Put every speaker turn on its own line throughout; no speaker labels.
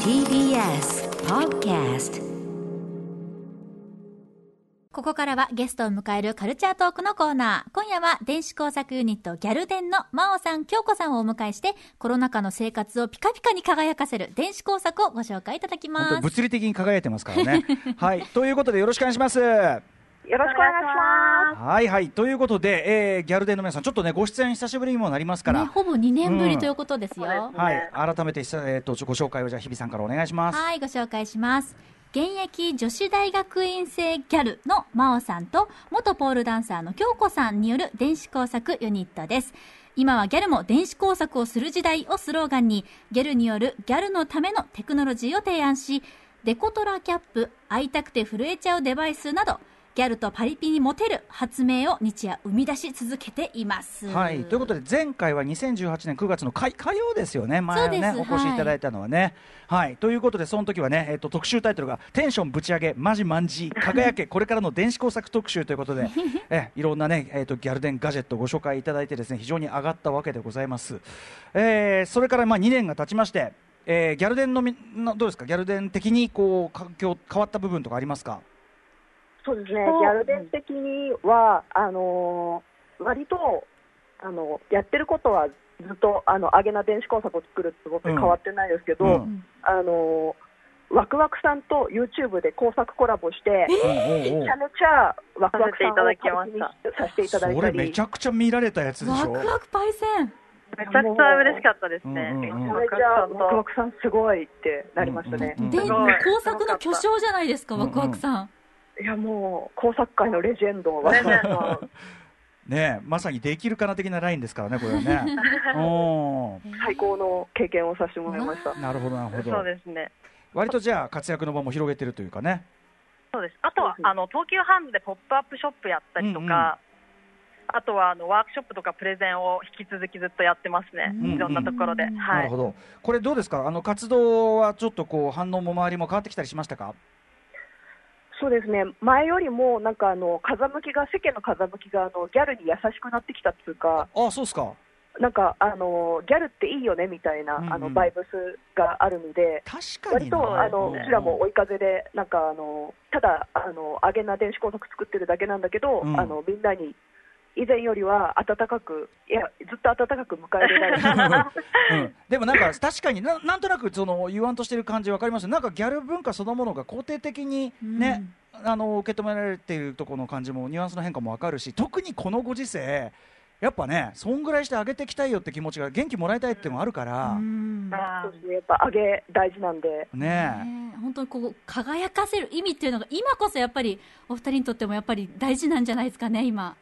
TBS Podcast
ここからはゲストを迎えるカルチャートークのコーナー。今夜は電子工作ユニットギャルデンの真央さん、京子さんをお迎えして、コロナ禍の生活をピカピカに輝かせる電子工作をご紹介いただき
本当
ま
に
す。
物理的に輝いてますか らね。はい、ということでよろしくお願いします。は
よろしくお願いしま
いはい、ということで、えー、ギャルデンの皆さん、ちょっとね、ご出演久しぶりにもなりますか
ね、
ら、
ほぼ2年ぶりということですよ。
うん
はい、改めて久、えー、とご紹介をじゃあ、日比さんからお願いします。
はい、ご紹介します。現役女子大学院生ギャルの真央さんと、元ポールダンサーの京子さんによる電子工作ユニットです。今はギャルも電子工作をする時代をスローガンに、ギャルによるギャルのためのテクノロジーを提案し、デコトラキャップ、会いたくて震えちゃうデバイスなど、ギャルとパリピにモテる発明を日夜生み出し続けています。
はい、ということで前回は2018年9月の火火曜ですよね、前ね
そうで
お
す
越しいただいたのはね。はい、ということで、その時はね、えっと特集タイトルが、テンションぶち上げ、マジマンジ、輝け、これからの電子工作特集ということ で、えいろんなね、えっとギャルデンガジェットをご紹介いただいて、ですね非常に上がったわけでございます。えーそれからまあ2年が経ちまして、えーギャルデンのみのどうですか、ギャルデン的にこう環境変わった部分とかありますか
す。そうですね。
そう
ギャルデン的には、あのー割と、あの、やってることはずっと、あの、アゲな電子工作を作るってこと
うん
変わってないですけど、
うん
うん
あのーワクワクさんと YouTube で工作コラボして、め
おうおうおう
ちゃめちゃワクワクさんを配信させていただい
そ
た
れ
り、
めちゃくちゃ見られたやつでし
ワ
ょ。
クワクパイセン
めちゃくちゃ嬉しかったですね。
うんうんうん
めちゃめちゃワクワクさんすごいってなりましたね。
うんうんうん
で、
す
も
ご
う
い
工作の巨匠じゃないですか、
うんうん
ワクワクさん。
いや、もう、工作界のレジェンド、ワ
レ
ク
ジ
ワ
ェ
ク
ンド
ねえまさにできるかな的なラインですからね、これは ね。おー
最高の経験をさせてもらいました。
なるほど、なるほ
そう
ど。
ですね。
割とじゃあ、活躍の場も広げてるというかね。
そうです。あとは、あの、東急ハンズでポップアップショップやったりとか、あとは、あの、ワークショップとかプレゼンを引き続きずっとやってますね。
うん
いろんなところで。
うん
な
は
る
い
ほ。ど。これどうですかあの、活動はちょっとこう、反応も周りも変わってきたりしましたか
そうですね前よりもなんかあの風向きが世間の風向きがあのギャルに優しくなってきたっていうか
ああ、そうですか。
なんかあのギャルっていいよねみたいな、
うんうん
あのバイブスがあるので
確かに
割
な。
とあの
ん
うちらも追い風でなんかあのただあの上げな電子工作作ってるだけなんだけど、
うん
あのみんなに以前よりは暖かくいやずっと暖かく迎えら れた
うんでもなんか確かにななんとなくその言わんとしてる感じわかりますよなんかギャル文化そのものが肯定的にね、あの受け止められているところの感じもニュアンスの変化もわかるし特にこのご時世やっぱねそんぐらいして上げていきたいよって気持ちが元気もらいたいっていうのもあるから、
うんね
あ
そ
ー
うですねやっぱ上げ大事なんで
ね
え本当にこう輝かせる意味っていうのが今こそやっぱりお二人にとってもやっぱり大事なんじゃないですかね今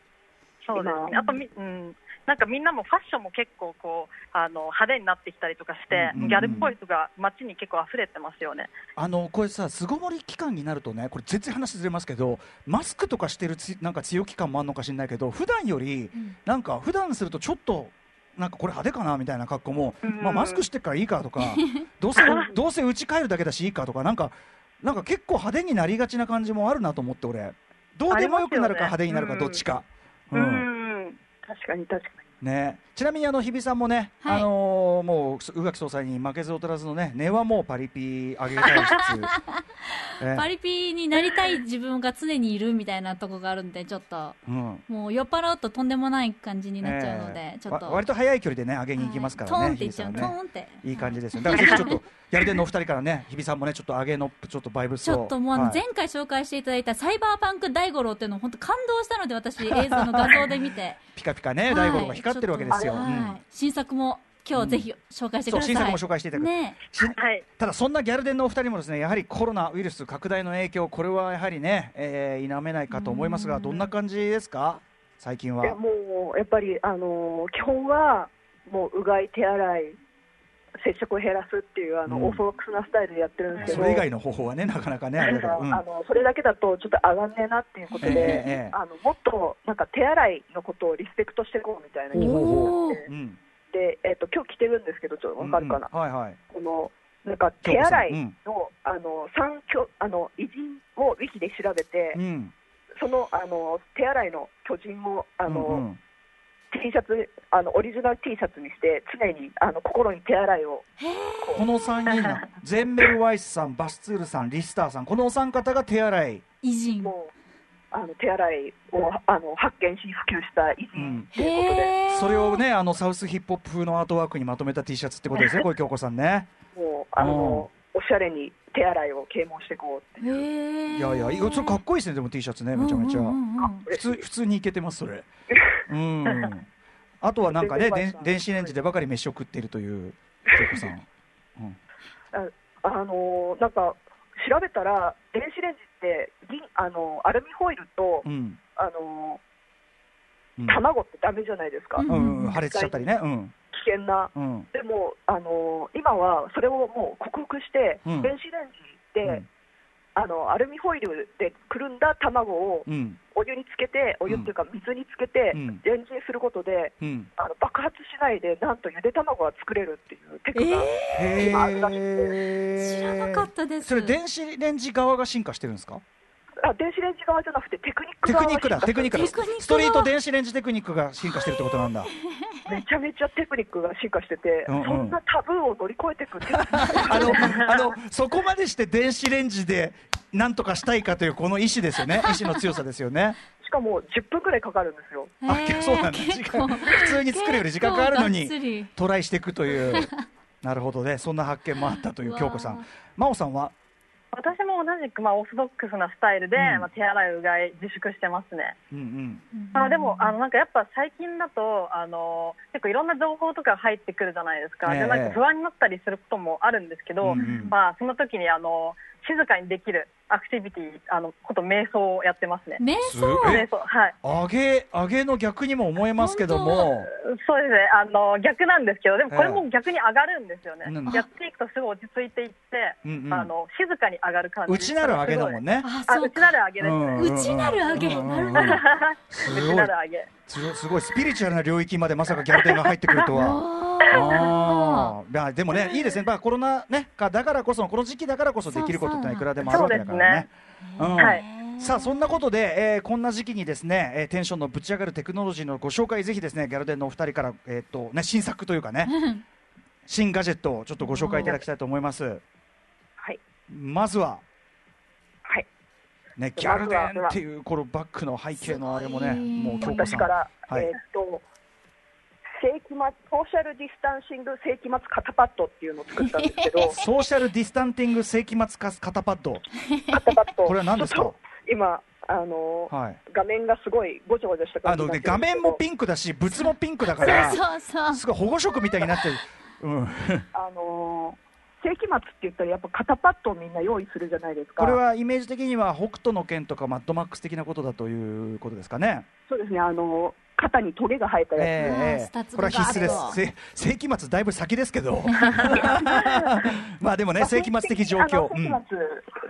そうですね。あとみ、うん。なんかみんなもファッションも結構こうあの派手になってきたりとかして、
うんうんうん
ギャルっぽい人が街に結構溢れてますよね。
あのこれさ巣ごもり期間になるとねこれ全然話ずれますけどマスクとかしてるつなんか強気感もあるのかしらないけど普段よりなんか普段するとちょっとなんかこれ派手かなみたいな格好も、
うん
まあ、マスクしてっからいいか とかどうせどうせ家帰るだけだしいいかとかなんかなんか結構派手になりがちな感じもあるなと思って俺どうでもよくなるか派手になるか
あり
どっ
ます
ち
よ
か。
う
うん
ん。
確かに確かに
ね、ちなみにあの日比さんもね、
はい
あのーもう宇垣総裁に負けず劣らずのね根はもうパリピ上げたいしつ え
パリピになりたい自分が常にいるみたいなとこがあるんでちょっと
うん
もう酔っ払うととんでもない感じになっちゃうので、
ええ
ちょっ
わ
と
割と早い距離でね上げに行きますからね、
はいトーンっ
日
て言
比
っち
さ
ゃうんトーン
ね
って
いい感じですよだからぜひちょっとやり手のお二人からね日比さんもねちょっと上げのちょっとバイブス
ち
を
ょっともうあの
はい
前回紹介していただいたサイバーパンク大五郎っていうの本当感動したので私映像の画像で見て
ピカピカ
は
ね
い
大五郎が光ってるわけですよ、
ちょっ
う
と
ん
はい新作も今日ぜひ紹介してく
そう
ださい、
新作も紹介していただく、
ねえ
し
はい。
ただそんなギャルデンのお二人もですねやはりコロナウイルス拡大の影響これはやはりね、えー否めないかと思いますがどんな感じですか最近はい
やもうやっぱり、あのー基本はもううがい、手洗い、接触を減らすっていうあの、
うん
オーソドックスなスタイルでやってるんですけ
そ
ど、
れ以外の方法はねなかなかねあ
な
れ
んか
だうん
あのそれだけだとちょっと上がんねえなっていうことで、
ええええ
あのもっとなんか手洗いのことをリスペクトしていこうみたいな、
ほうほう
おー
うん
でえっと今日着てるんですけど、ちょっとわかるかな、
うんはいはい
このなんか手洗い
京
の,、
子
あの三巨あの偉人をウィキで調べて、
うん
そのあの手洗いの巨人をあの、
うんうん、
T シャツあのオリジナル T シャツにして常にあの心に手洗いを
この3人なゼンメルワイスさん、バスツールさん、リスターさん、このお三方が手洗い、
偉人。
もうあの手洗いをあの発見し普及した偉人ということで、
へえ。
それをねあのサウスヒップホップ風のアートワークにまとめた T シャツってこ とですね、小池京子さんね。
もうあの、おしゃれに手洗いを啓蒙していこうって
へえ。
いやいや、いそれかっこいいですね、でも T シャツね、めちゃめちゃ。
うんうんうんうん
普通普通にいけてます、それ。うん。あとはなんかね、でん電子レンジでばかり飯を食っているという京子さ ん。
あのなんか調べたら電子レンジって銀あのアルミホイルと、
うん。
あの
うん
卵ってダメじゃないですか、
うん
うんうん、破裂しちゃったりね。うん。
危険な
うん。
でも、あの今はそれをもう克服して、
うん
電子レンジで、
うん
あのアルミホイルでくるんだ卵を
うん。
お湯につけて、お湯っていうか水につけて、
うん
レンチンすることで
うん。
あの爆発しないで、なんとゆで卵が作れるっていうテクが、
え
へ
今あるらしい
ー、
え。
知らなかったです。
それ電子レンジ側が進化してるんですか
あ電子レンジ側じゃなくてテクニック
テク
側
ニックだテクニックだ
テクニックだ
ストリート電子レンジテクニックが進化してるってことな んだ
めちゃめちゃテクニックが進化してて、
うんうん
そんなタブーを乗り越えていくテクニッ ク
あのあのそこまでして電子レンジでなんとかしたいかというこの意志ですよね意志の強さですよね
しかも10分ぐらいかかるんですよ。
あ
へー
そうなんだ時
結
間
構
普通に作るより時間かかるのに
結構がっつり
トライしていくという なるほどねそんな発見もあったという
わあ
京子さん真央さんは
私も同じく、まあ、オーソドックスなスタイルで、
うん
まあ、手洗いうがい自粛してますね、
うん
まあ、でもあのなんかやっぱ最近だとあの結構いろんな情報とか入ってくるじゃないですか、
ええ
でなんか不安になったりすることもあるんですけど、
うんうん
まあ、その時にあの静かにできるアクティビティあのこと瞑想をやってますね
瞑
す
想
え
瞑想はい
揚げ揚げの逆にも思えますけども
そうですねあの逆なんですけどでもこれも逆に上がるんですよね、
うん
やっていくとすごい落ち着いていって、
うんうん
あの静かに上がる感じ
うちなる揚げだもんね
あ
あ
そうう
ちな
か
る揚げですね、
んんん
うちなる揚げ
うんうんうん
なる
すご
うち
い
なる揚げ
すごいすごいスピリチュアルな領域までまさかギャル店が入ってくるとは。
あ
あーいやでもね、いいですね、まあ、コロナ、ね、かだからこそ、この時期だからこそできることってのはいくらでもあるわけだからね。うん
うはい
ー
さあそんなことで、えーこんな時期にですね、えーテンションのぶち上がるテクノロジーのご紹介、ぜひですねギャルデンのお二人から、えーっとね、新作というかね、新ガジェットをちょっとご紹介いただきたいと思います。
はい
まずは、
はい、
ね、
ま
ギ
ずは
ャルデンっていうこのバックの背景のあれもね、
すごい
もう京子
私
さん
か。ら、
はい
えーっと世紀末ソーシャルディスタンシング世紀末肩パッドっていうのを作ったんです けど
ソーシャルディスタンティング世紀末か肩パッド、
肩パ ッド
これは何です
ち
か
ょっと今あのー、
はい、
画面がすごいごちゃごちゃした
あ
感じ
の
にな
ね
ってる
画
んですけ
面
ど
もピンクだし、物もピンクだから、
そうそうそ
すごい保護色みたいになってる、うん、
あのー世紀末って言ったらやっぱ肩パッドをみんな用意するじゃないですか
これはイメージ的には北斗の拳とかマッドマックス的なことだということですかね、
そうですねあのー肩にトゲが生えたやつ、
ええ
あー
これは必須です
スタッ、ツ
せ世紀末、だいぶ先ですけ ど、まあでもね、
まあ
世紀末的状況、
あ
う
の世
ん
紀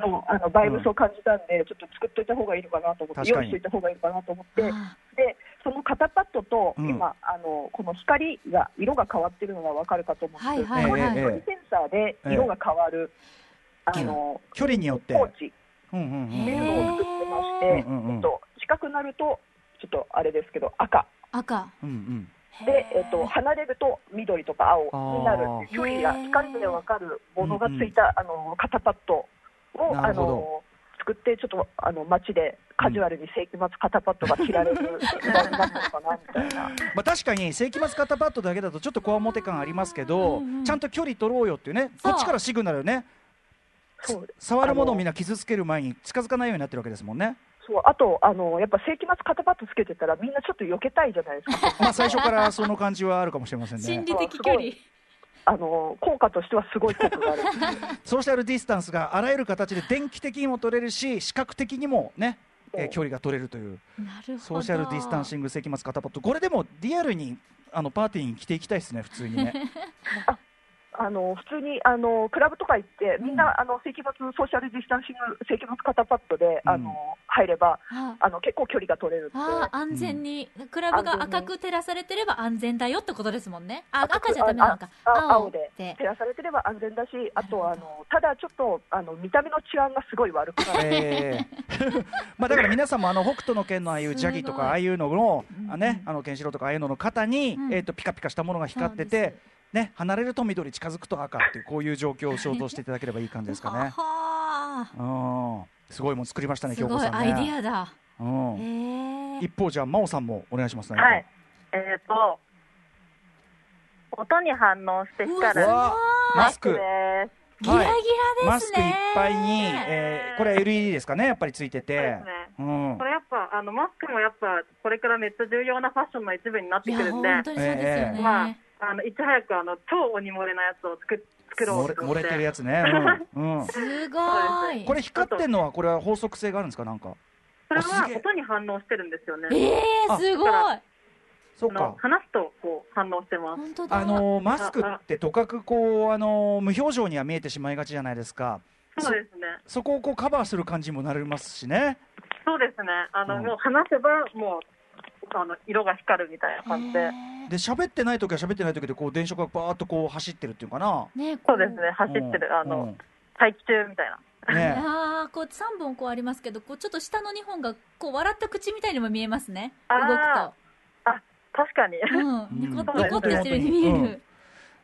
末のあのバイブスを感じたんで、ちょっと作っといた方がいいのかなと思
確
って、
か
用
に
意しておいた方がいいのかなと思って
う、
でその肩パッドと、
うん
今あの、この光が、色が変わってるのが分かるかと思うんですけど、
はいはいはい
これ、光センサーで色が変わる、あの
距離によって、
ポーチ
うんうんうん
っていうのを作ってまして、
うんうんうん
えっと、近くなると、ちょっとあれですけど、赤、
赤
うんうん、
で、えっと、離れると緑とか青になるっていう距離
あ
が、
ー
光で分かるものがついた、あの肩パッドを
な
あ
るほど
の作って、ちょっとあの街でカジュアルに世紀末肩パッドが着 られる時代になったのかなみたいな。
まあ、確かに世紀末肩パッドだけだとちょっとこわもて感ありますけど、
うんうん
ちゃんと距離取ろうよっていうね
そ
こ
う
っちからシグナルね
そう
触るものをみんな傷つける前に近づかないようになってるわけですもんね
そうあとあの、やっぱ世紀末肩パッドつけてたら、みんなちょっと避けたいじゃないですか、
まあ最初 からその感じはあるかもしれません
心
ね
理的距離
あの効果としてはすごい効果があるっていう
ソーシャルディスタンスがあらゆる形で電気的にも取れるし視覚的にもね、えー距離が取れるという
なるほど
ソーシャルディスタンシング世紀末肩パッドこれでもリアルにあのパーティーに着ていきたいですね普通 にね
あの普通にあのクラブとか行って、みんな、あの世紀末ソーシャルディスタンシング、世紀末肩パッドで、あの
うん
入れば
あ
あの、結構距離が取れるんで、
あー安全に、クラブが赤く照らされてれば安全だよってことですもんねあ赤じゃダメなのか
ああ
青
青で
で
照らされてれば安全だし、あとあのただちょっとあの見た目の治安がすごい悪くなる。
えー まあだから皆さんもあの北斗の拳のああいうジャギ
す
と
ごい
かああいうのの、
うん
あねあのケンシロウとかああいうのの肩に、
うん
えー、とピカピカしたものが光って
そう
て
です
ね、離れると緑、近づくと赤っていうこういう状況を想像していただければいい感じですか ね。
は
うんすごいもん作りました
あ
ね、
す
京子
ごい
さん
アイディ
ね。
アだ。
う
へ
ん、
え。
一方、じゃあ、真央さんもお願いしますね。
はい。えっ、と、音に反応して
うわすご
光る
い
わあマスク、
です。
ギラギラ
マ
で
ス
す
クいっ
ね。
ぱいに、えーこれ LED ですかね、やっぱりついて
そう
て
ですね。
うん
これやっぱあのマスクもやっぱこれからめっちゃ重要なファッションの一部になって
い
く
や
るんで、
本当にそうですよ
え
ね。
え
まああのいち早くあの超鬼漏れなやつを作っ作
漏
ろう
れ
と
漏
思っ
れ
て。
てるやつね。うんう ん
すごい。
これ光ってんのはこれは法則性があるんですかなんか。
それ
あす
は
げえ
音に反応してるんですよね。
ええ
あ
すごい。
そう
あ
か
の。話すとこう反応してます。
本当だ。
あのーマスクってとかくこうあのー無表情には見えてしまいがちじゃないですか。
そうですね。
そこをこうカバーする感じにもなりますしね。
そうですね。あの、
うん
もう話せばもうあの色が光るみたいな感じで
へえ、
で喋ってない時は喋ってない時でこう電車がバーっとこう走ってるっていうかな。
ねこ
そうですね。走って
う
る
ん
あ
う
の
ん
待機中みたいな。
ね
ああこう三本こうありますけど、こうちょっと下の二本がこう笑った口みたいにも見えますね。動
あ確かに。
くと、うん、ニコ
うん
ニコってしてるように見え
うん
る。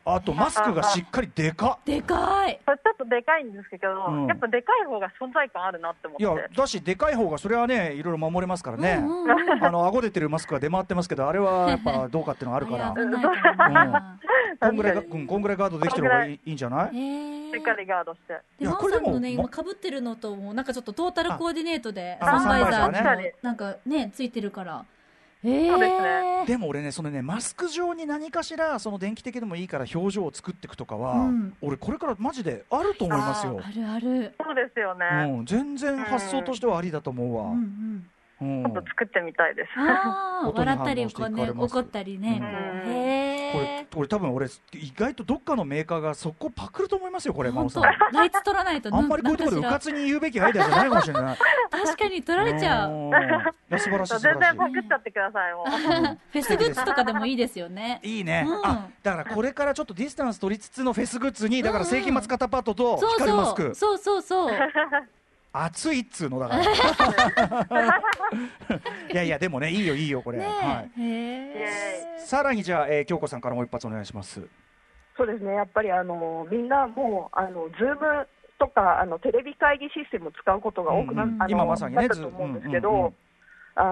あ とマスクがしっかりでかっ。
でかい。
これちょっとでかいんですけど、
うん
やっぱでかい方が存在感あるなって思っ
い
て。
やだしでかい方がそれはねいろいろ守れますからね。
うんうんうん
あの顎出てるマスクが出回ってますけど、あれはやっぱどうかっていうのはあるから
危、ないからな。
こんぐらいが、
確
う
かに
ん、こんぐらいガードできてる方がいいいいんじゃない
へえ
しっかりガードして。
い
で、
や
マ
こ
ン
れで
さん
も
のね、
ま
今被ってるのとも、なんかちょっとトータルコーディネートで、
あ
サンバイザ
サン
バ
ー
イザー
に
ね
も、なんかね、ついてるから。ええ
そうです
でも俺ね、そのね、マスク上に何かしら、その電気的でもいいから表情を作っていくとかは、
うん
俺、これからマジであると思いますよ。
あるある。
そうですよね。
うん、全然発想としてはありだと思う
う
わ。
んうん。
うん
ちょっと作ってみたいです。
ああ、
音に反
笑
応
ったり、
して
こう
いか
ね、
れます
怒ったりね。こう
うん
こ
へ
れ
え。
俺多分俺意外とどっかのメーカーがそこパクると思いますよこれ真
本
央さ
当
ん
ライツ取らないと、
あんまりこういうところでう
なん
か
かし
つに言うべきアイデアじゃないかもしれない
ら確かに取られちゃ
う
う。
んいや素晴らしい
そ
素
う全
晴らし
然
い
パクっちゃってください、もう。
ん
フェスグッズとかでもいいですよね。
いいね、
うん
あだからこれからちょっとディスタンス取りつつのフェスグッズにだから世紀末カタパートと
そう
光るマス
そ
ク
う。そうそうそう。
熱いっつうのだからい やいやでもねいいよいいよこれ、
ね
は
え。へえ
い、。さらにじゃあ、えー京子さんからもう一発お願いします
そうですね、やっぱりあのみんなもう、あのズームとかあのテレビ会議システムを使うことが多くな,、
うんうん
あの
今まさにね
なったと思うんですけど、
ズームうんうんうん
あ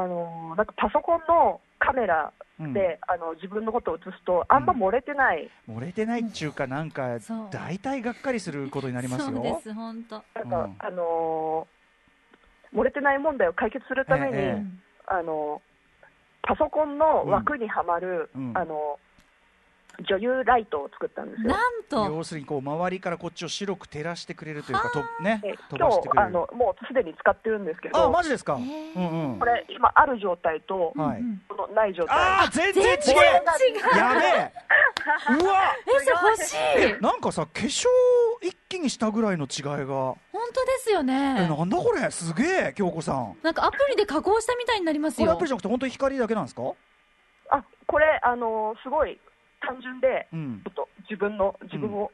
のなんかパソコンのカメラ
うん
で、あの自分のことを映すと、あんま漏れてない、
漏れてないっちゅうかなんか
そう
大体がっかりすることになりますよ
そうです、本当。
な
うんん
か、あの漏れてない問題を解決するために、
ええ
あのパソコンの枠にはまる、
うんうん
あの女優ライトを作ったんですよ。
なんと、
要するにこう周りからこっちを白く照らしてくれるというかとね
で
飛
今
ばし
日
てくれ
あ
る
のもうすでに使ってるんですけ
あ
ど、
マジですか、
へー
うんうん
これ今ある状態と、
はい
うん
このない状態
あー全然違う
全然
やべえうわ
え、それ欲しい。
なんかさ化粧一気にしたぐらいの違いが、
本当ですよ
え
ね。
なんだこれすげえ京子さん
なんかアプリで加工したみたいになります
これア
よ
プリ。じゃなくて本当に光だけなんですか
あこれあのすごい単純で
うん
ちょっと自分の自分を、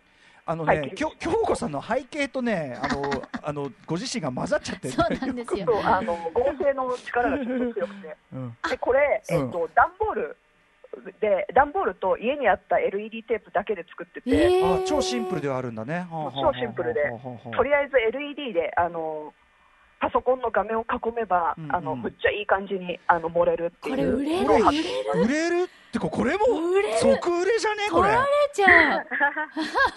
あのね、
はい
きょ京子さんの背景とねあ のあのご自身が混ざっちゃってね
そうなんですよ
そうあの合成の力がちょっと強くて
うん
でこれ、
うん
えっと、段ボールで段ボールと家にあった LED テープだけで作ってて、
え
あ
ー
超シンプルではあるんだねはあはあはあはあ
超シンプルで
はあはあはあ
とりあえず LED であのパソコンの画面を囲めば、
うんうん
あのむっちゃいい感じにあの漏れるってい
こ
う
れ売れる、
これ
売れる、
売れるってかこれも
売れる
即売れじゃねえこ
取
れ
られちゃう。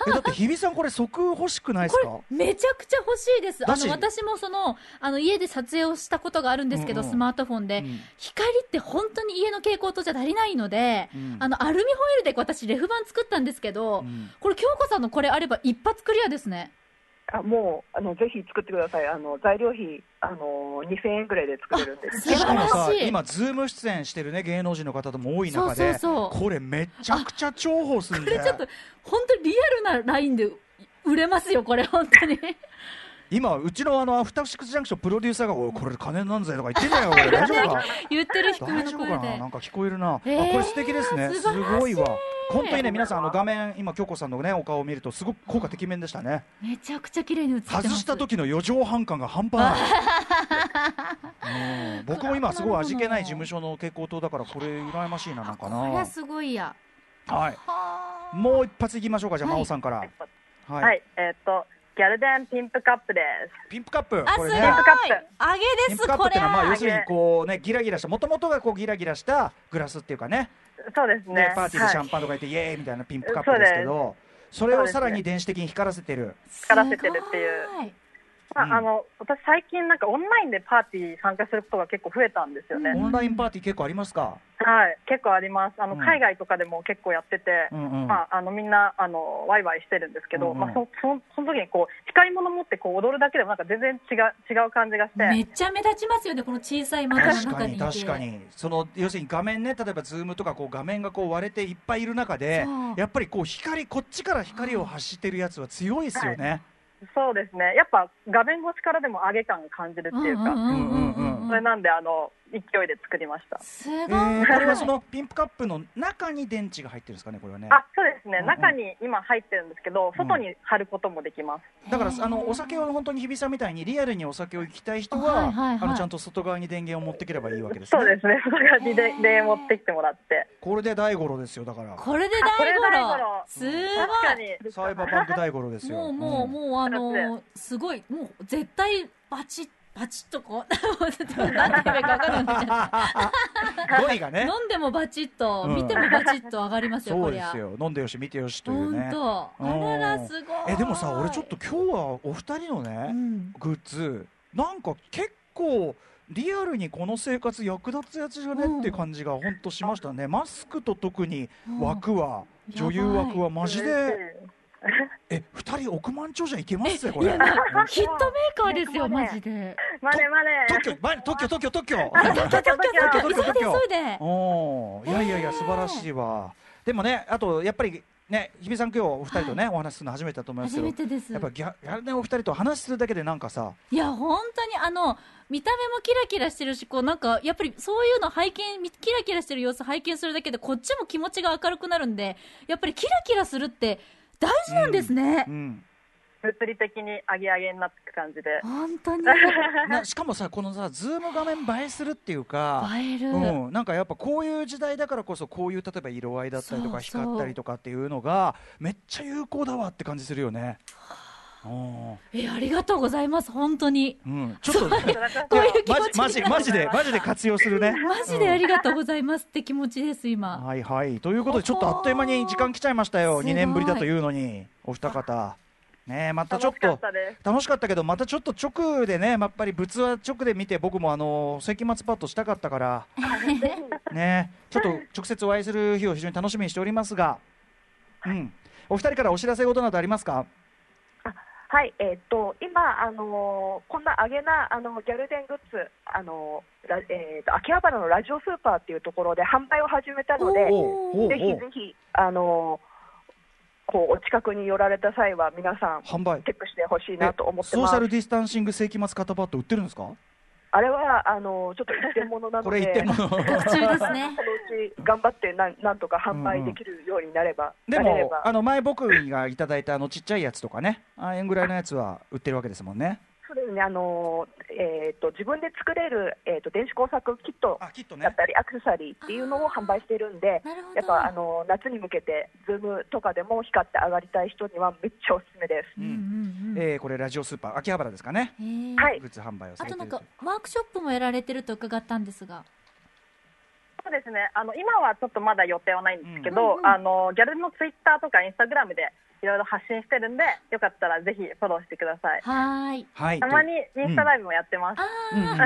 えだって日比さんこれ即欲しくないで
こ
すか
れめちゃくちゃ欲しいです。あ
だし
の私もそのあの家で撮影をしたことがあるんですけど、
うんうん
スマートフォンで、
うん
光って本当に家の蛍光灯じゃ足りないので、
うん
あのアルミホイルで私レフ板作ったんですけど、
うん
これ京子さんのこれあれば一発クリアですね。
あもうあのぜひ作ってくださいあの材料費あの2000円ぐらいで作れる んです
素晴らしい
しかもさ今ズーム出演してるね芸能人の方とも多い
そう
中で
そうそう
これめちゃくちゃ重宝するん
こ
だ
れ
よ
ちょっと本当リアルなラインで売れますよこれ本当 に。
今うちのあのアフターシックスジャンクションプロデューサーが「おいこれ金なんぜ」とか言ってんだよ 俺大丈夫か
言ってる低め
大
の
丈夫
声
かな
で
なん。か聞こえるな、
えー
あこれ素敵ですね
素
す
晴らしい
ごいわ本当にね皆さんあの画面今京子さんのねお顔を見るとすごく効果てきめんでしたね
めちゃくちゃ綺麗に映ってます。
外した時の余剰反感が半端ないうん僕も今すごい味気ない事務所の蛍光灯だからこれ羨ましいななんか
これは
な
すごいや。
はい
は
もう一発いきましょうかじゃあ、
はい
真央さんからはい、
はい、えーっと、ギャルデンピンプカップです。
ピンプカップ
あす
こ
ごい
れ
揚
ね
げ
ピ
で
ン
す
プカップ
こ
って
れ
いうのはまあ
は
要するにこうねギラギラしたもともとがこうギラギラしたグラスっていうかね
そうですね
ね。パーティーでシャ
はい
ンパンとか言ってイエーイみたいなピンプカップですけどそれをさらに電子的に光らせてる
光らせてるっていう
すごい
ま
うん
あ、あの、私最近なんかオンラインでパーティー参加することが結構増えたんですよね。
うん
オンラインパーティー結構ありますか
はい、結構あります。あの、
うん
海外とかでも結構やってて、
うんうん
まあ、あのみんなあのワイワイしてるんですけど、
うんうん
まあ、そそその時にこう光り物持ってこう踊るだけでもなんか全然違う違う感じがして、
めっちゃ目立ちますよねこの小さい窓の
確か
中に
に
いて
確かにその要するに画面ね例えばズームとかこう画面がこう割れていっぱいいる中で
そう
やっぱりこう光こっちから光を発してるやつは強いですよね、
そうですねやっぱ画面越しからでも上げ感が感じる
う
っ
ん
ていううか、
んうんう
うん
ん
そ
うん
れなんであの勢いで作りました、
すごい、
えーこれはそのピンプカップの中に電池が入ってるんですかねこれはね
あそうですね、
うんうん
中に今入ってるんですけど外に貼ることもできます、
だから
へー
あのお酒を本当に日比さんみたいにリアルにお酒を行きたい人
はい
は
はいはい
あのちゃんと外側に電源を持ってければいいわけです
そう
ね
ですねそれがリレ
へ
ー
ー
リレー持ってきてもらって
これで大五郎ですよだから
これで
これ
大
大
五
五
郎
郎
すごい
確かに
サイバーパンク大五郎ですよ
もうもう
うん
もうあのーすごいもう絶対バチッバチッとこう 何て言えばいいか分かんなくなっちゃっ
語彙が
た
ね
飲んでもバチッと
うん
見てもバチッと上がりますよ
そ
こ
う
り
で
ゃ
すよ飲んでよし見てよしという
本
ね
当あら
う
ら
ん
すごい
えでもさ俺ちょっと今日はお二人の
う
ね
ん
グッズなんか結構リアルにこの生活役立つやつじゃね
うん
って感じが本当しましたねマスクと特に
うん
枠は
うん
女優枠はマジ
嬉し
でえ二人億万長者いけますねこ
いや
れ
もう
本当
ヒットメーカーですよ
ね
マジで
いまねまね
特許前に特許特許 特許
特許特許
特
特許急
許
いで
特許
急いで
おーいやいやい
へ
や
ー
素晴らしいわでもねあとやっぱりね日比さん今日お二人とねお話しするの初めてだと思います
初
けど
めてです
やっぱギャギャルネお二人と話するだけでなんかさ
いや本当にあの見た目もキラキラしてるしこうなんかやっぱりそういうの拝見みキラキラしてる様子拝見するだけでこっちも気持ちが明るくなるんでやっぱりキラキラするって大事なんですね
う、ん
物理的に上げ上げになってく感じで
本当に
なしかもさこのさズーム画面映えするっていうか
映える、
うん、なんかやっぱこういう時代だからこそこういう例えば色合いだったりと
そ
か
うそう
光ったりとかっていうのがめっちゃ有効だわって感じするよね。うん
えありがとうございます本当に
うん、ちょっと
こういう気持ち
マジマジマジでマジで活用するね。
マジでありがとうございますって気持ちです今、
はいはいということでちょっとあっという間に時間来ちゃいました
す
よ
ごい
2年ぶりだというのにお二方ねえまた
楽
ちょっ
しか
と
ったです
楽しかったけどまたちょっと直でねやっぱり仏は直で見て僕もあの関松パッドしたかったからねちょっと直接お会いする日を非常に楽しみにしておりますが、うん、お二人からお知らせ事などありますか
はい、えーっと今あのーこんな上げなあのギャルデングッズあのーラえーっと秋葉原のラジオスーパーっていうところで販売を始めたので、
おうおう
ぜひぜひあのーこうお近くに寄られた際は皆さん
販売
チェックしてほしいなと思って
ソー
ま
シ
す
ャ。ルディスタンシング世紀末肩パッド売ってるんですか
あれはあのーちょっと一点物なので、
これ一点物
特注ですね
このうち頑張ってなんなんとか販売できるようになれば、
で
なれれ
も
ば
あの前僕がいただいたあのちっちゃいやつとかねあれぐらいのやつは売ってるわけですもんね
そうですねあのーえーっと自分で作れるえーっと電子工作キット
あきっと
だったりアクセサリーっていうのを販売しているんで
なるほど
やっぱあの夏に向けてズームとかでも光って上がりたい人にはめっちゃおすすめです。
うんうんうん
えーこれラジオスーパー秋葉原ですかね
へー
はい
グッズ販売をさ
あ
れて
と
る
なんかワークショップもやられてると伺ったんですが
そうですねあの今はちょっとまだ予定はないんですけど、
うんうんうん
あのギャルのツイッターとかインスタグラムでいろいろ発信してるんでよかったらぜひフォローしてください
はーい
はい
たまにインスタライブもやってます、
あ
う
ー、
んうん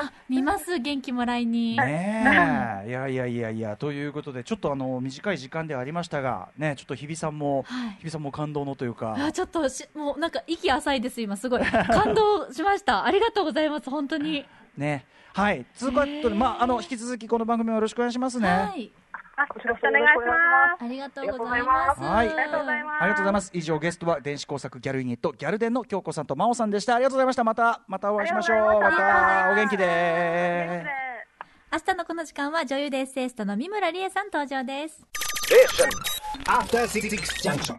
あ見ます元気もらいに、
ねえいやいやいやいやということでちょっとあの短い時間ではありましたがねちょっと日比さんも
はい
日比さんも感動のというか
あちょっとしもうなんか息浅いです今すごい感動しましたありがとうございます本当に
ねはいつうことでまああの引き続きこの番組をよろしくお願いしますね
はい
あよろしくお願いします
ありがとうございます
あり
がとうございます
ありがとうございます以上ゲストは電子工作ギャルユニットギャルデンの京子さんと真央さんでしたありがとうございましたまたまたお会いしましょう
あり
ま
がとうございました
たお元気
という
で
ことで
明日のこの時間は女優でエッセイストの三村理恵さん登場です
After Six Junction.